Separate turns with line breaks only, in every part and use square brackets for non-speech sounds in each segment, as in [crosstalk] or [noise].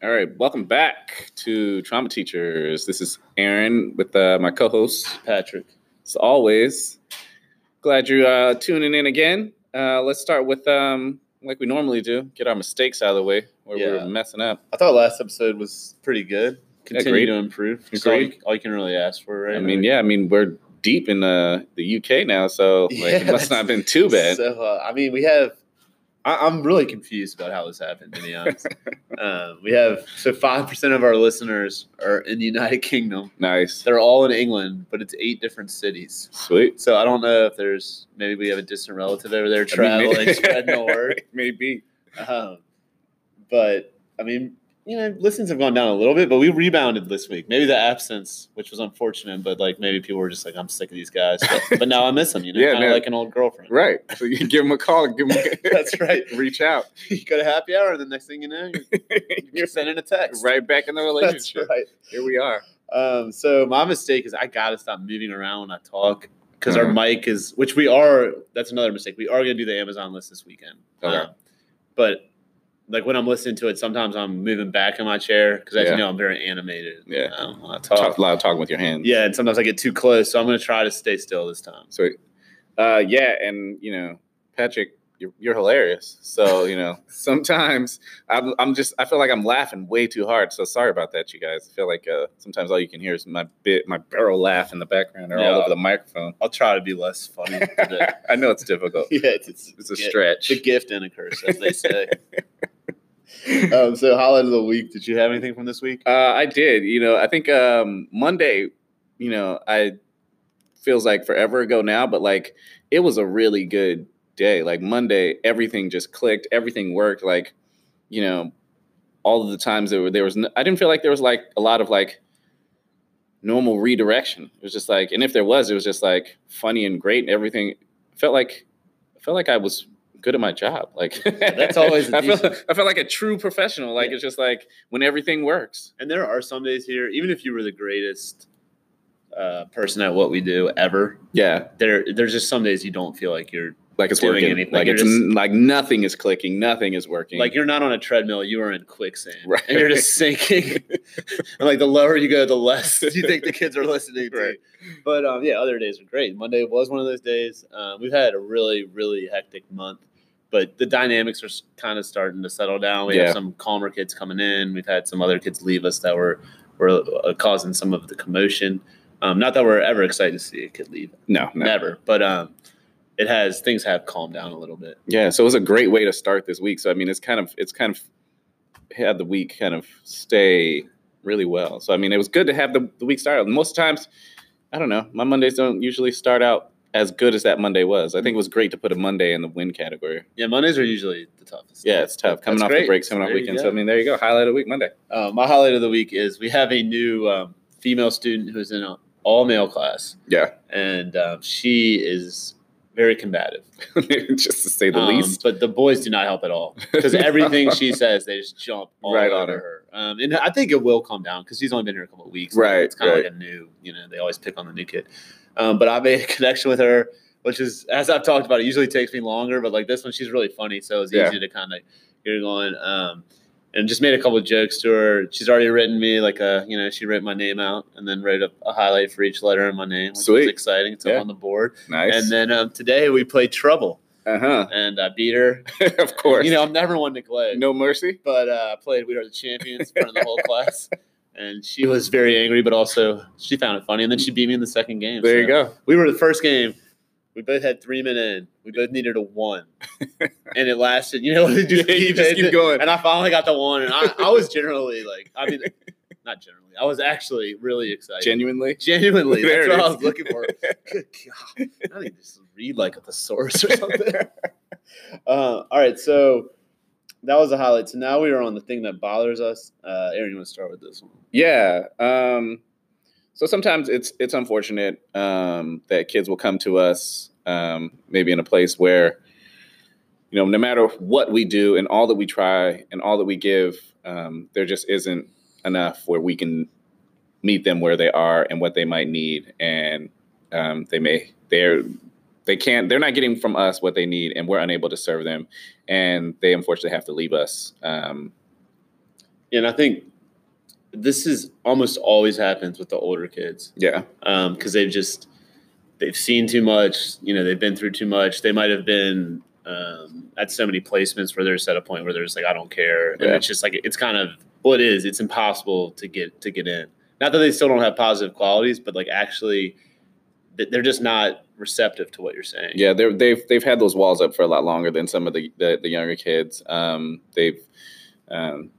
All right, welcome back to Trauma Teachers. This is Aaron with uh, my co-host Patrick. As always, glad you're uh, tuning in again. Uh, let's start with um, like we normally do, get our mistakes out of the way where
Yeah.
we're messing up.
I thought last episode was pretty good. Continue
Agreed.
to improve. It's all
Agreed.
you- All, you can really ask for, right?
I mean, yeah, I mean we're deep in uh, the UK now, so [laughs] like, it
[laughs] Yeah,
must not have been too bad.
So, uh, I mean, we have. I, I'm really confused about how this happened. To
[laughs]
be honest, um, we have so five percent of our listeners are in the United [laughs] Kingdom.
nice,
They're all in England, but it's eight different cities.
sweet.
So I don't know if there's maybe we have a distant relative over there
I mean,
traveling,
[laughs]
spreading the word.
maybe.
Um, but I mean, you know, listens have gone down a little bit, but we rebounded this week. Maybe the absence, which was unfortunate, but like maybe people were just like, "I'm sick of
[laughs]
these guys," but, but now I miss them. You know,
Yeah,
kind of
man.
like an old girlfriend.
Right. So you give them a call. Give them.
[laughs]
[laughs]
That's right.
reach out.
You go to happy hour, and the next thing you know, you're, you're sending a text.
Right back in the
That's
relationship.
right.
Here we are.
Um, so my mistake is I gotta stop moving around when I talk because
Mhm.
our mic is, which we are. That's another mistake. We are gonna do the Amazon list this weekend.
Okay.
Um, but like when I'm listening to it, sometimes I'm moving back in my chair because as
Yeah.
you know I'm very animated.
Yeah.
um, when I talk.
Talk, a lot of talking with your hands.
Yeah, and sometimes I get too close, so I'm gonna try to stay still this time.
Sweet. Uh, yeah, and you know, Patrick, you're, you're hilarious. So you know, sometimes I'm, I'm just I feel like I'm laughing way too hard. So sorry about that, you guys. I feel like uh, sometimes all you can hear is my bit, my barrel laugh in the background or
Yeah.
all over the microphone.
I'll try to be less funny
[laughs]
today.
I know it's difficult.
yeah, it's,
It's a
yeah,
stretch.
It's a gift and a curse, as they say.
[laughs]
um, so highlight of the week. Did you have anything from this week?
Uh, I did. You know, I think um, Monday. You know, I feels like forever ago now, but like it was a really good day. Like Monday, everything just clicked. Everything worked. Like you know, all of the times there were there was. No, I didn't feel like there was like a lot of like normal redirection. It was just like, and if there was, it was just like funny and great and everything. Felt like felt like I was good at my job. Like [laughs]
that's always a
I felt
decent-
I felt like a true professional. Like
Yeah.
it's just like when everything works.
And there are some days here, even if you were the greatest uh, person at what we do ever,
Yeah,
there there's just some days you don't feel like you're
like it's
Doing
working.
anything.
Like
You're
it's
just-
n- like nothing is clicking. Nothing is working.
like you're not on a treadmill, you are in quicksand.
Right.
And you're just
[laughs]
sinking. and like the lower you go, the less [laughs] you think the kids are listening to.
Right.
But um, yeah, other days are great. Monday was one of those days. Um, we've had a really, really hectic month, but the dynamics are kind of starting to settle down. We
Yeah.
have some calmer kids coming in. We've had some other kids leave us that were were uh, causing some of the commotion. Um, not that we're ever excited to see a kid leave,
no, no.
never. But um, it has things have calmed down a little bit.
Yeah, so it was a great way to start this week. So I mean, it's kind of it's kind of had the week kind of stay really well. So I mean, it was good to have the, the week start. out. Most times, I don't know, my Mondays don't usually start out as good as that Monday was. I think it was great to put a Monday in the win category.
Yeah, Mondays are usually the toughest.
Yeah, it's tough coming
That's
off the
great.
breaks, coming off
There you
weekends.
go.
So I mean, there you go, highlight of the week Monday.
Uh, my highlight of the week is we have a new um, female student who is in an all male class,
Yeah,
and um, she is very combative,
[laughs] just to say the
Um,
least.
But the boys do not help at all because
[laughs]
everything she says, they just jump all
Right on
over her. Um, and I think it will calm down because she's only been here a couple of weeks.
Right,
it's kind of
right.
like a new. You know, they always pick on the new kid. Um, but I made a [laughs] connection with her, which is as I've talked about, it usually takes me longer, but like this one, she's really funny, so it's
Yeah.
easy to kind of get her going. Um, and just made a couple of jokes to her. She's already written me like a, you know, she wrote my name out and then wrote a, a highlight for each letter in my name, which was
Sweet.
exciting. It's
Yeah.
up on the board.
Nice.
And then um, today we played Trouble,
uh huh.
and I beat her.
[laughs] of course.
You know, I'm never one to play.
no mercy.
But uh, I played We Are the Champions in front of the whole class. And she was very angry, but also she found it funny. And then she beat me in the second game.
There you
so-
go.
We were the first game. We both had three men in. We both needed
[laughs]
a one. and it lasted. You know, [laughs] you just,
Yeah, you
keep
just
hitting
keep
it.
going.
And I finally got the one. And I, I was generally like, I mean, not generally. I was actually really excited.
Genuinely.
Genuinely,
There
that's
it
what I
is.
was
[laughs]
looking for. Good God, I need to just read like a thesaurus or something. [laughs] uh, all right, so that was the highlight. So now we are on the thing that bothers us. Uh, Aaron, you want to start with this one?
Yeah. Um, so sometimes it's it's unfortunate um, that kids will come to us um, maybe in a place where you know no matter what we do and all that we try and all that we give Um, there just isn't enough where we can meet them where they are and what they might need, and um, they may they're they can't they're not getting from us what they need, and we're unable to serve them, and they unfortunately have to leave us. Um,
And I think this is almost always happens with the older kids
yeah,
because um, they've just they've seen too much. You know, they've been through too much. They might have been um, at so many placements where there's at a point where they're just like, I don't care, and
Yeah.
it's just like it's kind of well, it is. It's impossible to get to get in. Not that they still don't have positive qualities, but like actually, th- they're just not receptive to what you're saying.
yeah, they're, they've they've had those walls up for a lot longer than some of the the, the younger kids. Um, they've um,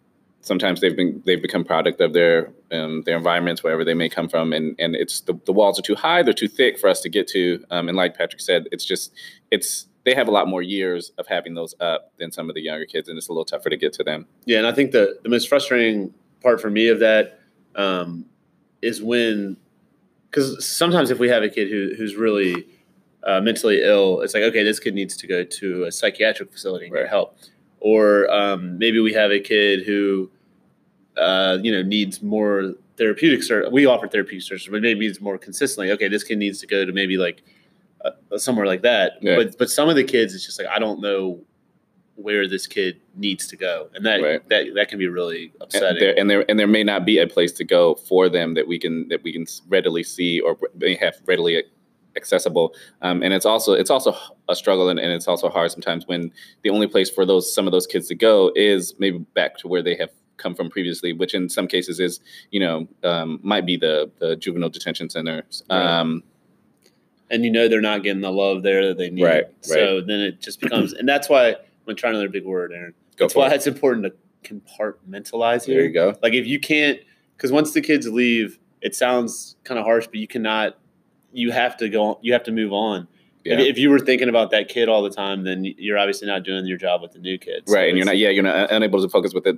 sometimes they've been they've become product of their um, their environments wherever they may come from, and and it's the, the walls are too high, they're too thick for us to get to. Um, and like Patrick said, it's just it's they have a lot more years of having those up than some of the younger kids, and it's a little tougher to get to them.
Yeah, and I think the the most frustrating part for me of that um, is when, because sometimes if we have a kid who who's really uh, mentally ill, it's like okay, this kid needs to go to a psychiatric facility and
Right.
get help, or um, maybe we have a kid who, uh, you know, needs more therapeutic service. We offer therapeutic services, but maybe needs more consistently. Okay, this kid needs to go to maybe like uh, somewhere like that.
Yeah.
But but some of the kids, it's just like I don't know where this kid needs to go, and that
Right.
that that can be really
and
upsetting.
there, and there and there may not be a place to go for them that we can that we can readily see or they have readily accessible um, and it's also it's also a struggle and, and it's also hard sometimes when the only place for those some of those kids to go is maybe back to where they have come from previously which in some cases is you know um, might be the the juvenile detention centers
Right.
um,
and you know they're not getting the love there that they need.
Right,
So then it just becomes, and that's why I'm trying another big word, Aaron.
go
that's
for
why
it.
it's important to compartmentalize
there you
here.
go
Like if you can't, because once the kids leave, it sounds kind of harsh, but you cannot. You have to go. You have to move on.
yeah.
If, if you were thinking about that kid all the time, then you're obviously not doing your job with the new kids. So
right and you're
it's-
not yeah you're not uh, unable to focus with the,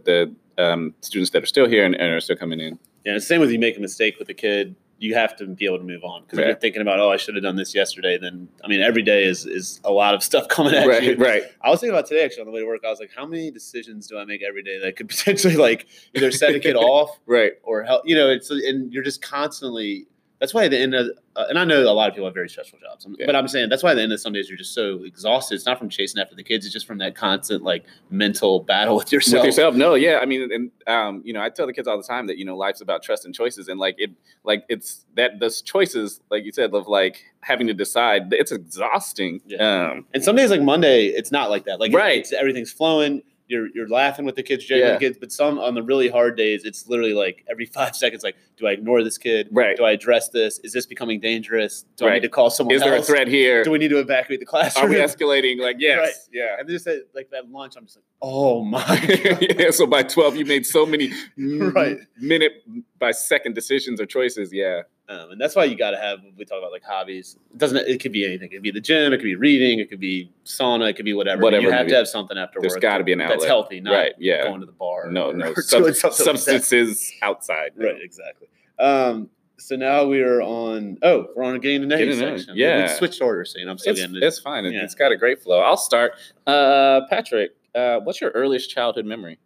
the um, students that are still here and, and are still coming in
Yeah, it's the same with you make a mistake with a kid, you have to be able to move on because if
Right.
you're thinking about, oh, I should have done this yesterday, then I mean, every day is is a lot of [laughs] stuff coming at you.
right right
I was thinking about today actually on the way to work. I was like, how many decisions do I make every day that could [laughs] potentially like either set a
[laughs]
kid off
right
or help? You know, it's and you're just constantly. That's why at the end of, uh, and I know a lot of people have very stressful jobs, um,
Yeah.
but I'm saying that's why at the end of some days you're just so exhausted. It's not from chasing after the kids; it's just from that constant like mental battle with yourself.
with yourself. No, yeah. I mean, and um, you know, I tell the kids all the time that you know life's about trust and choices, and like it, like it's that those choices, like you said, of like having to decide. It's exhausting. Um,
And some days like Monday, it's not like that. Like it-
Right.
it's, everything's flowing. You're you're laughing with the kids, joking
Yeah.
with the kids. But some on the really hard days, it's literally like every [laughs] five seconds, like, do I ignore this kid?
right.
Do I address this? Is this becoming dangerous? Do I
Right.
need to call someone
Is there a
else?
threat here?
Do we need to evacuate the
Are
[laughs] classroom?
we escalating? Like, yes,
Right.
yeah. [laughs]
and just at, like that lunch, I'm just like, oh my. God.
yeah. So by twelve, you made so
[laughs]
many m-
Right.
minute by second decisions or choices. Yeah.
um, and that's why you got to have. We talk about like hobbies. It doesn't it could be anything? It could be the gym. It could be reading. It could be sauna. It could be whatever. but
Whatever
You
it
have
be.
to have something after
There's
work.
got to be an
that's
outlet.
healthy. Not
right. Yeah.
Going to the bar.
no,
or-
no
or [laughs] doing
sub-
something like that.
substances outside.
Oh, Right, exactly. Um, so now we are on. Oh, we're on a game today
Getting in,
section.
yeah.
we switched order, so you know, I'm still
It's,
getting it.
it's fine. It,
yeah.
has got a great flow. I'll start. Uh, Patrick, uh, what's your earliest childhood memory?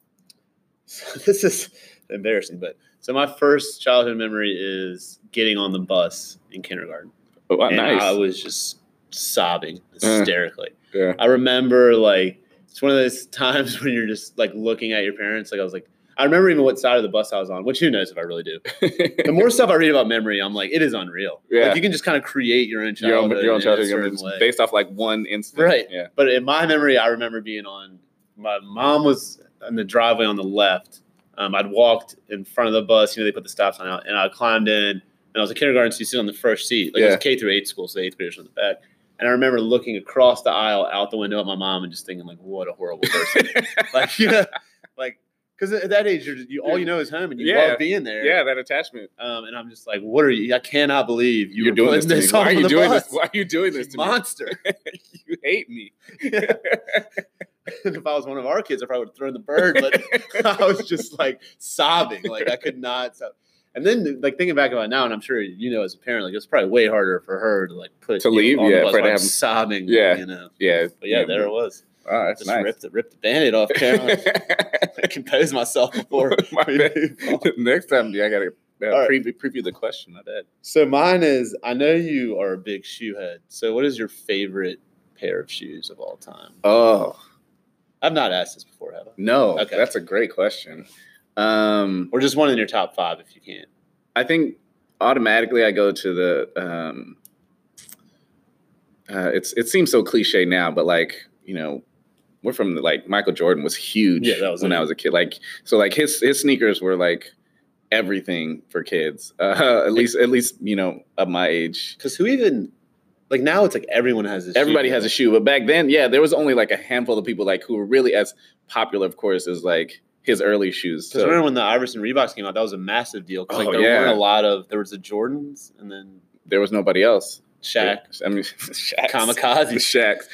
So [laughs] this is embarrassing, but so my first childhood memory is getting on the bus in kindergarten,
Oh, wow,
and
nice.
I was just sobbing
Uh.
hysterically.
yeah.
I remember like it's one of those [laughs] times when you're just like looking at your parents. Like I was like, I remember even what side of the bus I was on, which who knows if I
[laughs]
really do. the more stuff I read about memory, I'm like, it is unreal.
Yeah.
Like you can just kind of create your own
your own,
childhood.
your own
in a
childhood
certain
memories
way.
based off like one incident.
Right.
Yeah.
But in my memory, I remember being on my mom was in the driveway on the left. Um, I'd walked in front of the bus, you know, they put the stop sign out, and I climbed in and I was a kindergarten, so you sit on the first seat. Like it
Yeah.
was K through eight school, so the eighth graders on the back. And I remember looking across the aisle out the window at my mom and just thinking, like, what a horrible person.
[laughs]
like, you know, like, because at that age, you're, you all you know is home and you
Yeah.
love being there.
Yeah, that attachment.
Um, and I'm just like, what are you? I cannot believe you
You are
were
doing this
putting
to me.
this on
Why are you
the
doing
bus.
this? Why are you doing [laughs] this to
Monster.
me? you hate me.
[laughs] if I was one of our kids, I probably would have thrown the bird.
[laughs]
But I was just like sobbing, like I could not stop. And then, like thinking back about it now, and I'm sure you know as a parent, like it's probably way harder for her to like put
To
you
leave,
on the
yeah,
bus
for her to
while I'm
have-
sobbing,
yeah.
you know.
Yeah.
But yeah, there it was.
Oh, that's
Just
nice.
rip the rip the band-aid off,
[laughs]
Cameron. compose myself before
My
we
bad.
move on.
[laughs] Next time, yeah, I gotta uh,
All right.
preview, preview the question. My bad.
So mine is I know you are a big shoe head. So what is your favorite pair of shoes of all time?
Oh
I've not asked this before, have I?
no,
Okay.
that's a great question. Um,
Or just one in your top five if you can.
I think automatically I go to the. Um, uh, it's it seems so cliche now, but like you know, we're from the, like Michael Jordan was huge
Yeah, that was
when
it.
I was a kid. Like so, like his his sneakers were like everything for kids. [laughs] Uh, at least at least you know of my age.
Because who even like now it's like everyone has this.
Everybody has a shoe, but back then, yeah, there was only like a handful of people like who were really as popular, of course, as like his early shoes.
Because I remember when the Iverson Reeboks came out, that was a massive deal. 'cause,
Oh,
like there
yeah.
weren't a lot of there was the Jordans and then
there was nobody else.
Shaq,
I mean, [laughs] Shaq. the
Kamikaze.
shacks.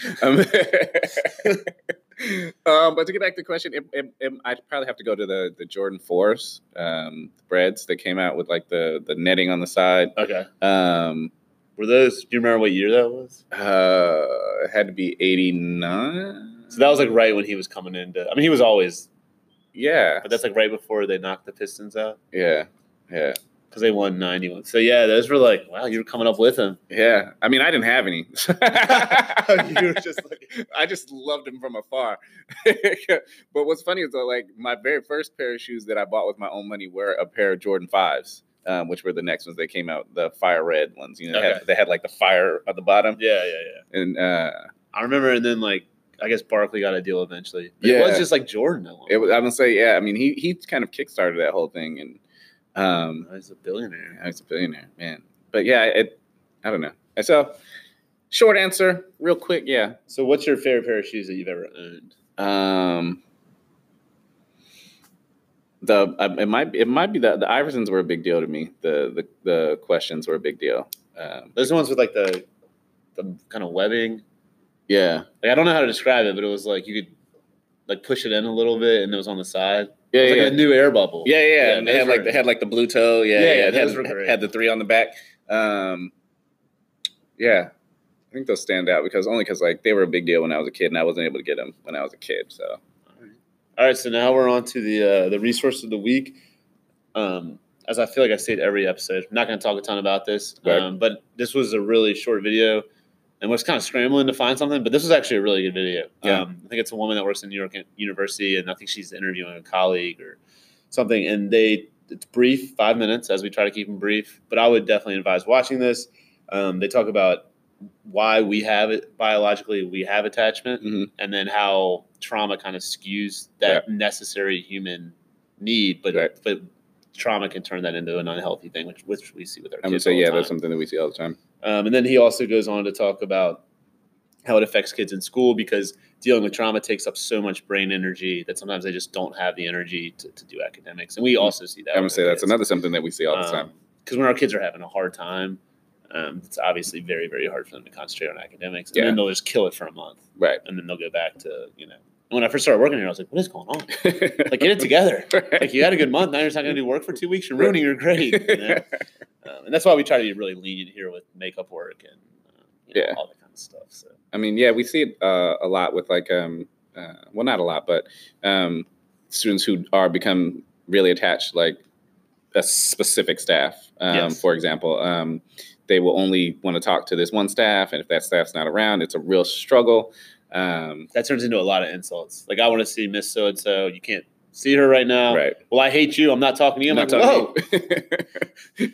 Um, [laughs] um, but to get back to the question, it, it, it, I'd probably have to go to the the Jordan fours, um, breads that came out with like the the netting on the side.
Okay.
Um,
Were those do you remember what year that was?
uh, it had to be eighty nine.
So that was like right when he was coming into I mean he was always
yeah,
but that's like right before they knocked the Pistons out.
yeah, yeah,
because they won 91. So yeah, those were like, wow, you were coming up with him.
yeah. I mean, I didn't have any.
[laughs] you were just like,
[laughs] I just loved him from afar. [laughs] but what's funny is that like my very first pair of shoes that I bought with my own money were a pair of Jordan fives, um, which were the next ones that came out, the fire red ones. You know, they,
Okay.
had, they had like the fire at the bottom,
yeah, yeah, yeah.
and uh,
I remember, and then like, I guess Barkley got a deal eventually. But It
Yeah.
was just like Jordan. That one.
it was. I'm gonna say, yeah. I mean, he he kind of kickstarted that whole thing, and um,
He's a billionaire.
I was a billionaire, man. But yeah, it. I don't know. And So, short answer, real quick, yeah.
So what's your favorite pair of shoes that you've ever owned?
Um, the I- it might it might be that the Iversons were a big deal to me. The the, the questions were a big deal. Um,
Those are the ones with like the, the kind of webbing.
yeah,
Like I don't know how to describe it, but it was like you could like push it in a little bit, and it was on the side.
yeah,
It was
yeah,
like a new air bubble.
yeah, yeah,
Yeah,
And they
those
had like
were-
they had like the blue toe. Yeah,
Yeah,
yeah.
yeah,
It had-
those were great.
Had the three on the back. Um, yeah, I think those stand out because only because like they were a big deal when I was a kid, and I wasn't able to get them when I was a kid. So
All right, so now we're on to the uh, the resource of the week. Um, as I feel like I say it every episode, I'm not going to talk a ton about this,
Right.
um, but this was a really short video, and was kind of scrambling to find something. But this was actually a really good video.
Yeah.
Um, I think it's a woman that works in New York University, and I think she's interviewing a colleague or something. And they it's brief, five minutes, as we try to keep them brief. But I would definitely advise watching this. Um, they talk about why we have it biologically, we have attachment
mhm.
and then how trauma kind of skews that necessary human need, but
Right.
but trauma can turn that into an unhealthy thing, which which we see with our
I'm gonna
kids.
say
all the
yeah,
time.
that's something that we see all the time.
Um, and then he also goes on to talk about how it affects kids in school because dealing with trauma takes up so much brain energy that sometimes they just don't have the energy to, to do academics, and we also see
Hmm.
that.
I'm gonna
with
say
our
that's
kids. Um,
another something that we see all the time.
Because when our kids are having a hard time, um, it's obviously very, very hard for them to concentrate on academics, and
Yeah.
then they'll just kill it for a month
Right. [laughs]
and then they'll go back to you know. When I first started working here, I was like, "What is going on? Like, get it together! Like, you had a good month. Now you're just not going to do work for two weeks. You're ruining your grade."
[laughs]
You know? um, and that's why we try to be really lenient here with makeup work and um, you know,
Yeah.
all that kind of stuff. So
I mean, yeah, we see it uh, a lot with like, um, uh, well, not a lot, but um, students who are become really attached, like a specific staff, um,
Yes.
for example. Um, they will only want to talk to this one staff, and if that staff's not around, it's a real struggle. Um,
that turns into a lot of insults. Like, I want to see Miss So and So. You can't see her right now.
right.
Well, I hate you. I'm not talking to you. I'm
Not
like, whoa,
talking to you.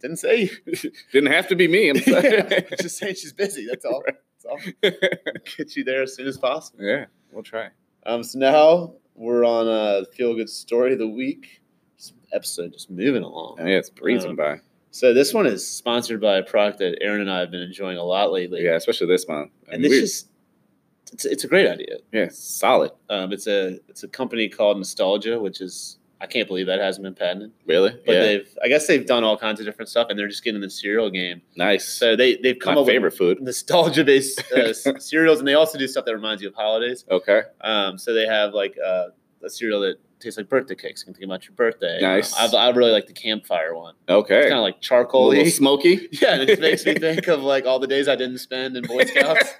didn't say.
[laughs] Didn't have to be me.
[laughs]
I'm sorry. [laughs]
just saying she's busy. That's all. That's all. Get you there as soon as possible.
yeah, we'll try.
Um, so now we're on a feel good story of the week This episode, just moving along.
Yeah, it's breezing
Um,
by.
So this one is sponsored by a product that Aaron and I have been enjoying a lot lately.
Yeah, especially this month. I mean,
and this
we're-
just it's, it's a great idea.
yeah, solid.
Um, it's a it's a company called Nostalgia, which is I can't believe that hasn't been patented,
Really?
but
yeah.
they've I guess they've done all kinds of different stuff, and they're just getting the cereal game.
nice.
So they they've come
My
up
favorite
with
food.
nostalgia based uh, s-
[laughs]
cereals, and they also do stuff that reminds you of holidays.
Okay.
Um, so they have like uh, a cereal that tastes like birthday cakes. You can think about your birthday.
Nice.
Um, I, I really like the campfire one. It's
Okay.
kind of like
A
[laughs] charcoal.
little smoky. [laughs]
Yeah, and it just makes me think of like all the days I didn't spend in Boy Scouts.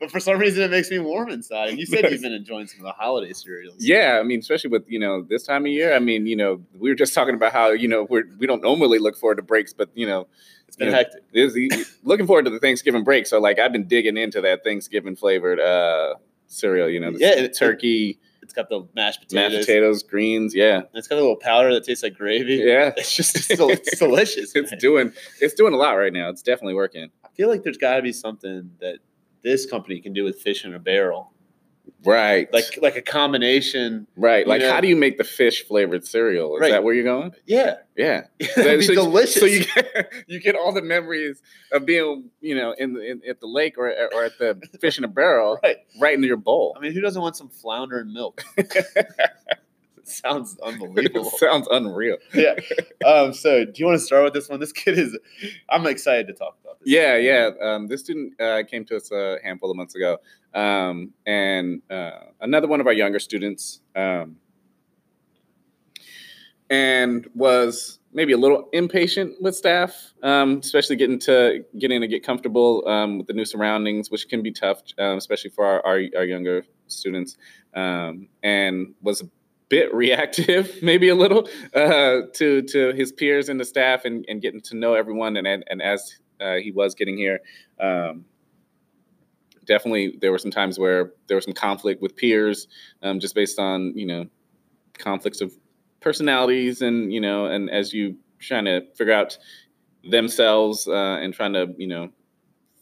but for some reason, it makes me warm inside. And you said you've been enjoying some of the holiday cereals.
Yeah, I mean, especially with you know this time of year. I mean, you know, we were just talking about how you know we're we don't normally look forward to breaks, but you know,
it's been
Yeah.
hectic.
this looking forward to the Thanksgiving break. So like, I've been digging into that Thanksgiving flavored uh cereal. You know, the
Yeah, it-
turkey,
It's got the mashed potatoes.
mashed potatoes, greens. Yeah,
and It's got a little powder that tastes like gravy.
yeah. [laughs]
It's just it's, del- it's delicious.
it's
man.
doing it's doing a lot right now. It's definitely working.
I feel like there's got to be something that this company can do with fish in a barrel,
Right.
like like a combination.
right. Like
Yeah.
how do you make the fish flavored cereal? Is
Right.
that where you're going?
Yeah,
Yeah. [laughs]
it'd be
so,
delicious.
So [laughs] you get, you get all the memories of being, you know, in, the- in at the lake or, or at the fish in a barrel
[laughs] right.
right into your bowl.
I mean, who doesn't want some flounder and milk? It sounds
It [laughs]
unbelievable.
sounds unreal.
yeah. Um, so, do you want to start with this one? This kid is. I'm excited to talk about this.
Yeah, yeah. Um, this student uh, came to us a handful of months ago, um, and uh, another one of our younger students, um, and was maybe a little impatient with staff, um, especially getting to getting to get comfortable um, with the new surroundings, which can be tough, um, especially for our, our, our younger students, um, and was a bit [laughs] reactive, maybe a little, uh, to to his peers and the staff, and, and getting to know everyone, and and, and as uh, he was getting here. Um, definitely, there were some times where there was some conflict with peers, um, just based on you know conflicts of personalities, and you know, and as you trying to figure out themselves uh, and trying to you know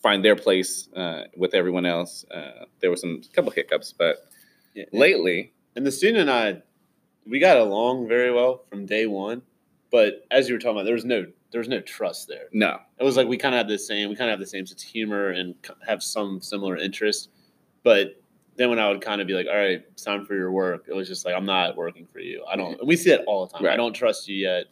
find their place uh, with everyone else. Uh, there were some couple hiccups, but
Yeah.
lately,
And the student and I, we got along very well from day one, but as you were talking about, there was no there was no trust there.
no,
it was like we kind of have the same we kind of have the same sense of humor and c- have some similar interests but then when i would kind of be like all right it's time for your work it was just like i'm not working for you i don't and we see that all the time i
Right.
don't trust you yet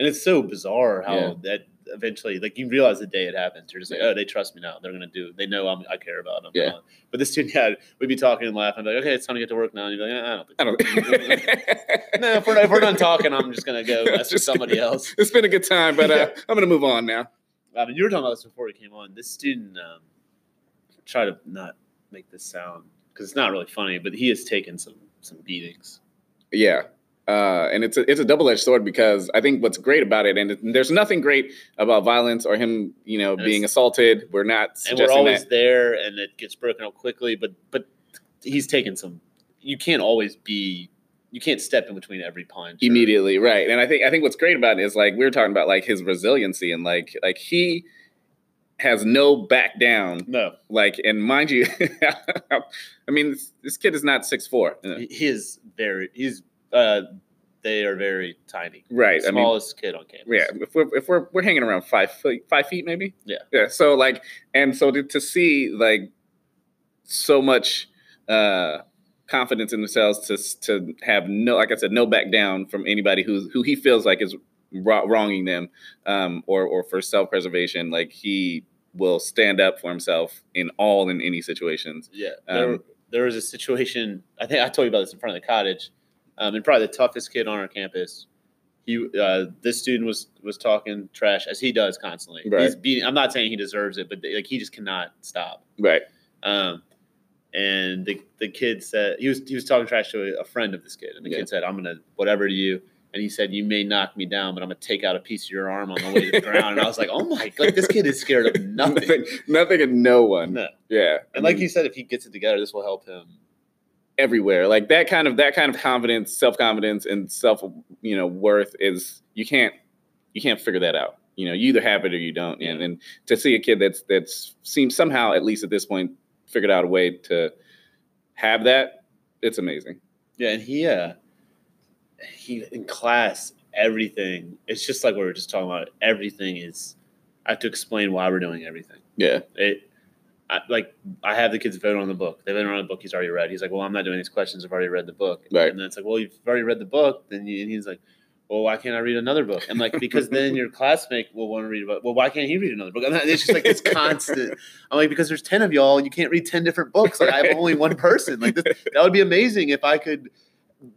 and it's so bizarre how
Yeah.
that eventually like you realize the day it happens you're just like oh they trust me now they're gonna do they know I'm, i care about them Uh,
Yeah.
but this dude [laughs] yeah we'd be talking and laughing like okay it's time to get to work now and you'd be like "Eh, i don't think
I don't. [laughs]
no if we're, if we're done talking i'm just
[laughs]
gonna go mess with
Just-
somebody else
It's been a good time, but uh, I'm gonna move on now.
I mean, you were talking about this before we came on. This student, um, try to not make this sound because it's not really funny, but he has taken some some beatings.
Yeah. Uh, and it's a, it's a double edged sword because I think what's great about it, and it- there's nothing great about violence or him, you know,
And
being
it's-
assaulted. We're not
and we're
suggesting
always
that.
there, and it gets broken up quickly. But but he's taken some. You can't always be. You can't step in between every punch. or-
immediately right and i think i think what's great about it is like we were talking about like his resiliency and like like he has no back down
No,
like and mind you [laughs] i mean this, this kid is not six four
he he is very. He's. Uh, they are very tiny.
right i mean
Smallest kid on campus.
yeah if we're if we're, we're hanging around five feet five feet maybe
Yeah.
yeah so like and so to, to see like so much uh confidence in themselves to s- to have no like i said no back down from anybody who's who he feels like is wro- wronging them um or or for self-preservation like he will stand up for himself in all and any situations
Yeah. There,
Um,
there was a situation. I think I told you about this in front of the cottage, um, and probably the toughest kid on our campus. He, uh, this student was was talking trash as he does constantly. He's
Right.
beating. I'm not saying he deserves it, but like he just cannot stop.
right
Um, and the, the kid said he was he was talking trash to a, a friend of this kid, and the
Yeah.
kid said, "I'm gonna whatever to you." And he said, "You may knock me down, but I'm gonna take out a piece of your arm on the way to the ground." And I was like, "Oh my! Like this kid is scared
[laughs]
of nothing."
[laughs] nothing nothing and no one
No.
yeah
And
I
like
mean-
you said, if he gets it together, this will help him
everywhere. Like that kind of that kind of confidence, self confidence, and self you know worth is you can't you can't figure that out. You know, you either have it or you don't. And and to see a kid that's that's seems somehow at least at this point figured out a way to have that, it's amazing.
Yeah, and he uh he in class everything. It's just like we were just talking about. Everything is. I have to explain why we're doing everything.
Yeah,
It. I, like I have the kids vote on the book. They vote on the book he's already read. He's like, "Well, I'm not doing these questions. I've already read the book."
Right.
And then it's like, "Well, you've already read the book." Then you, and he's like, "Well, why can't I read another book?" I'm like, "Because then your classmate will want to read about. Well, why can't he read another book?" And it's just like this constant. I'm like, "Because there's ten of y'all, and you can't read ten different books. Like I'm
Right.
only one person. Like this, that would be amazing if I could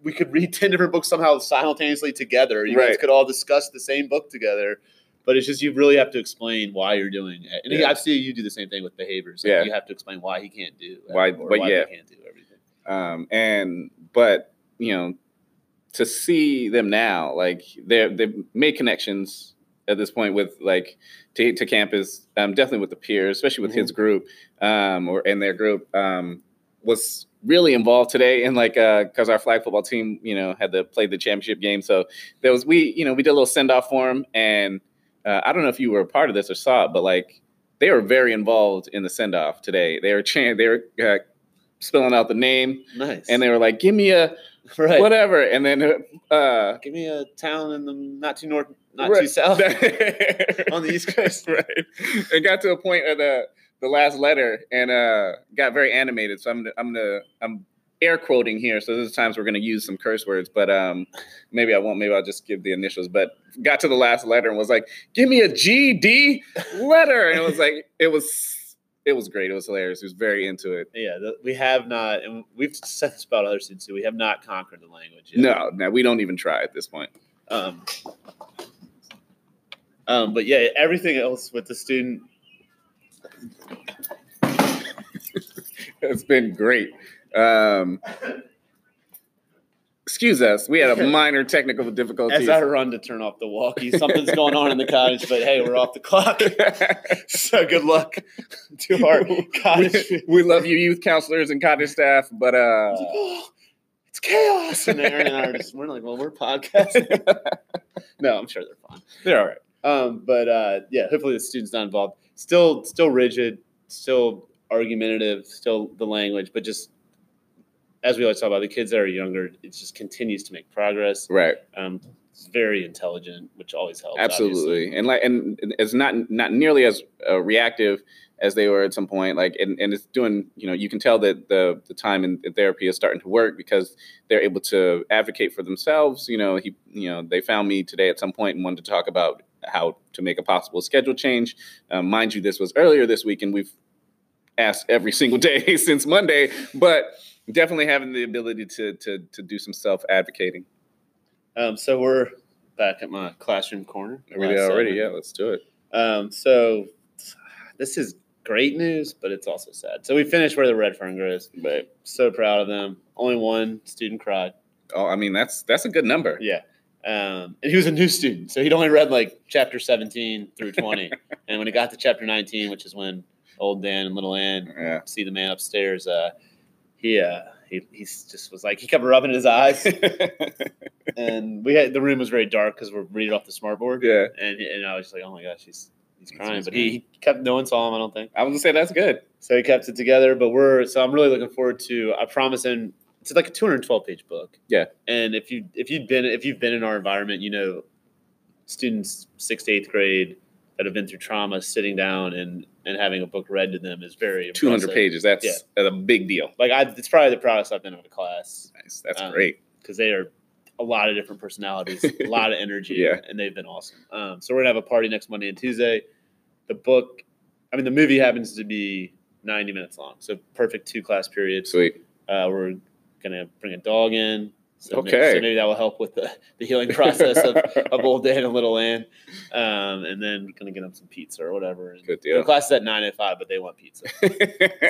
we could read 10 different books somehow simultaneously together. You guys
Right.
could all discuss the same book together. But it's just you really have to explain why you're doing it. And
Yeah.
I've seen you do the same thing with behaviors. Like,
Yeah.
You have to explain why he can't do
Why-
everything or
but yeah.
he can't do everything.
um, and but you know to see them now like they're they've made connections at this point with like to, to campus um, definitely with the peers especially with his group um, or and their group um, was really involved today and like because our flag football team you know had to play the championship game so there was we you know we did a little send off for him and uh, i don't know if you were a part of this or saw it but like they were very involved in the send off today they were chan- they were uh, spelling out the name
Nice.
and they were like, "Give me a
[laughs] right.
whatever," and then uh, [laughs]
Give me a town in the not too north, not
Right.
too south. [laughs]
on
On the East [laughs] Coast.
right? It got to a point of the the last letter and uh, got very animated. So I'm gonna, I'm gonna I'm air quoting here. So there's times we're gonna use some curse words, but um, maybe I won't. Maybe I'll just give the initials. But got to the last letter and was like, "Give me a GD letter," and it was like it was. It was great. It was hilarious. He was very into it.
yeah, th- we have not, and we've said this about other students too. We have not conquered the language. yet.
No, no, we don't even try at this point.
Um, um, but yeah, everything else with the student.
it's been great. Um, excuse us. We had a minor technical difficulty.
As I run to turn off the walkie, something's going on in the cottage. But hey, we're off the [laughs] clock,
[laughs]
so good luck to our [laughs] cottage.
we, we love you, youth counselors and cottage staff, but uh,
"Oh, it's chaos. And Aaron and I are just we're like, well, we're podcasting. [laughs] no, I'm sure they're fine.
they're all right.
Um, but uh, yeah, hopefully the student's not involved. Still, still rigid, still argumentative, still the language, but just as we always talk about, the kids that are younger, it just continues to make progress.
Right.
Um, it's very intelligent, which always helps. obviously.
Absolutely. And like, and it's not not nearly as uh, reactive as they were at some point. Like, and, and it's doing. You know, you can tell that the the time in, in therapy is starting to work because they're able to advocate for themselves. You know, he, you know, they found me today at some point and wanted to talk about how to make a possible schedule change. Um, mind you, this was earlier this week, and we've asked every [laughs] single day since Monday, but definitely having the ability to to to do some self advocating.
Um, so we're back at my classroom corner.
We did
Last
already, yeah.
segment.
Let's do it.
Um, so this is great news, but it's also sad. So we finished where the red fern grows.
But
So proud of them. Only one student cried.
Oh, I mean that's that's a good number.
Yeah. Um, and he was a new student, so he'd only read like chapter 17
[laughs]
through 20. and when he got to chapter 19, which is when old Dan and little Ann
Yeah.
see the man upstairs, uh, he, uh, he he s- just was like he kept rubbing his eyes,
[laughs]
and we had the room was very dark because we're reading off the smartboard,
yeah.
and he- and I was like, oh my gosh, he's he's
He's
crying,
just
but he, he
crying.
kept no one saw him, I don't think.
I was gonna say that's good.
So he kept it together. But we're so I'm really looking forward to. I promise, and it's like a 212 page book.
Yeah.
And if you if you've been if you've been in our environment, you know, students sixth to eighth grade that have been through trauma, sitting down and and having a book read to them is very
Two hundred
impressive.
pages. That's a big deal.
Like I, it's probably the proudest I've been of a class
Nice. That's
Um,
great.
because they are a lot of different personalities,
[laughs]
a lot of energy,
Yeah.
and they've been awesome. Um, so we're gonna have a party next Monday and Tuesday. The book, I mean, the movie happens to be 90 minutes long, so perfect two class periods.
Sweet.
Uh, we're gonna bring a dog in. So may-
Okay.
so maybe that will help with the, the healing process of,
[laughs]
of old Dan and little Ann. Um, and then gonna get them some pizza or whatever. And
good
Their
deal.
class is at 9.05, but they want pizza.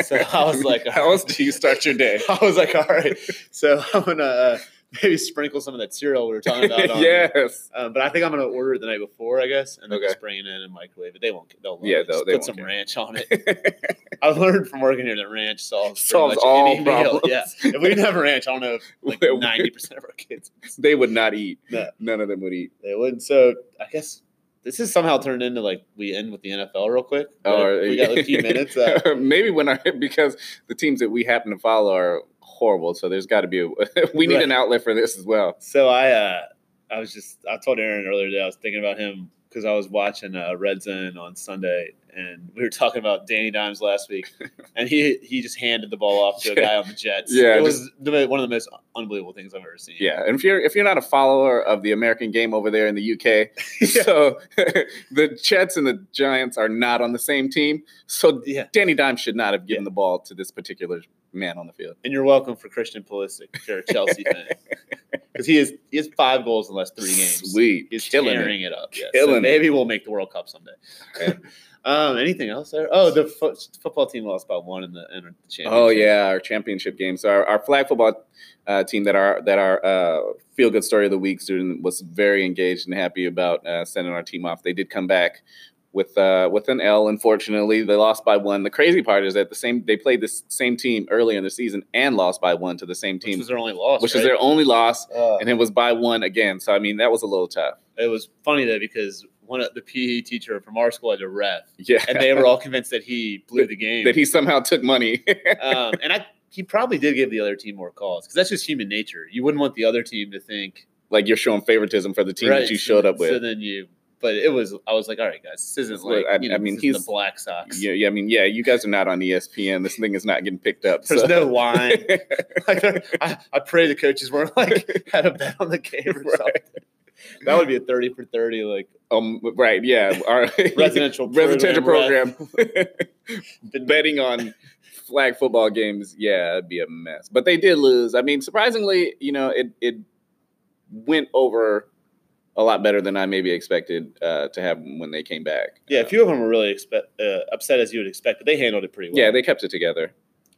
So
[laughs]
I was like,
how else do you start your day?
[laughs] I was like, all right. So I'm gonna uh, maybe sprinkle some of that cereal we were talking about.
[laughs]
On there.
yes.
Um, but I think I'm gonna order it the night before, I guess, and then
Okay.
just bring it in and microwave it. They won't. They'll love
Yeah,
it.
they'll-
Just
they
put
won't
some
care.
ranch on it.
[laughs]
I've learned from working here that ranch solves pretty
Solves
much
all
any meal. [laughs]
problems.
Yeah, if we didn't have ranch, I don't know
[laughs]
if like
We're-
ninety percent of our kids
They would not eat.
No.
None of them would eat.
they would. So I guess this is somehow turned into like we end with the NFL real quick. but
Or-
we got a
[laughs]
few minutes. Uh,
Maybe when I [laughs] because the teams that we happen to follow are horrible. So there's got to be a, [laughs] we need
Right.
an outlet for this as well.
So I, uh, I was just, I told Aaron earlier today, I was thinking about him because I was watching uh, Red Zone on Sunday, and we were talking about Danny Dimes
[laughs]
last week, and he he just handed the ball off to a guy on the Jets.
Yeah,
it was the, mo- one of the most unbelievable things I've ever seen.
Yeah, and if you're if you're not a follower of the American game over there in the UK,
[laughs] Yeah.
so [laughs] the Jets and the Giants are not on the same team. So
yeah.
Danny Dimes should not have given the ball to this particular man on the field. [laughs]
And you're welcome for Christian Pulisic if you're a Chelsea fan. because he is he has five goals in the last three games.
Sweet,
He's
killing it.
tearing it, up. Yes.
Killing it.
so maybe we'll make the World Cup someday.
[laughs] Okay.
um, anything else there? Oh, the fo- football team lost by one in the, in the championship.
Oh yeah, our championship game. So our, our flag football uh, team that our that our uh, feel good story of the week student was very engaged and happy about uh, sending our team off. They did come back with uh, with an L. Unfortunately, they lost by one. The crazy part is that the same they played this same team earlier in the season and lost by one to the same
which
team,
was their only loss.
which
right?
was their only loss,
Uh,
and it was by one again. So I mean, that was a little tough.
it was funny though because one of the PE teacher from our school had a ref,
Yeah,
and they were all convinced that he blew the
[laughs]
game.
that he [laughs] somehow took money. [laughs]
um, and I he probably did give the other team more calls because that's just human nature. You wouldn't want the other team to think
like you're showing favoritism for the team
right,
that you
so-
showed up with.
So then you, but it was I was like, all right, guys, this isn't
That's what
like
I-
you know,
I mean,
this isn't
he's-
the Black Sox.
Yeah, yeah, I mean, yeah, you guys are not on E ESPN. This thing is not getting picked up.
[laughs] There's
so-
no
[laughs]
wine. [laughs] Like, I, I pray the coaches
[laughs]
weren't like had a bet on the game or
Right.
something. That would be a thirty for thirty, like
um, right, yeah. Our [laughs]
residential
residential
program.
program. [laughs]
ref. Didn't-
Betting on flag football games, yeah, it'd be a mess. But they did lose. I mean, surprisingly, you know, it it went over a lot better than I maybe expected uh, to have when they came back.
Yeah, a
Uh,
few of them were really expe- uh, upset as you would expect, but they handled it pretty well.
yeah, they kept it together.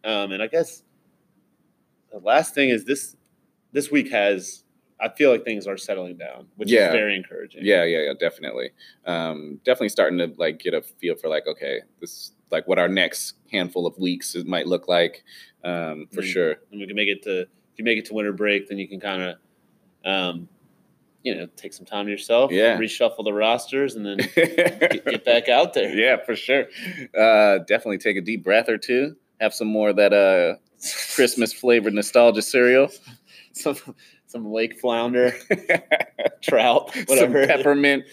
Um, and I guess the last thing is this this week has I feel like things are settling down, which
Yeah.
is very encouraging.
Yeah, yeah, yeah, definitely. Um, definitely starting to like get a feel for like, okay, this like what our next handful of weeks is- might look like, um, for
Mm.
sure.
And we can make it to if you make it to winter break, then you can kind of um, you know, take some time to yourself,
Yeah.
reshuffle the
[laughs]
rosters and then get, get back out there.
[laughs] yeah, for sure. Uh, definitely take a deep breath or two. Have some more of that uh, Christmas flavored nostalgia [laughs] cereal.
some some lake
[laughs]
flounder, trout,
some
whatever.
[laughs] peppermint.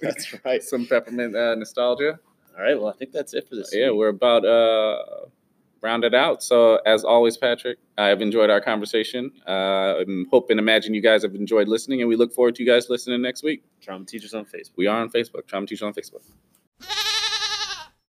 That's right.
some peppermint uh, nostalgia.
All right, well I think that's it for this.
yeah,
week.
we're about uh, rounded out. So as always, Patrick, I've enjoyed our conversation. Uh, I'm hope and imagine you guys have enjoyed listening, and we look forward to you guys listening next week.
Trauma teachers on Facebook.
We are on Facebook. Trauma Teacher on Facebook.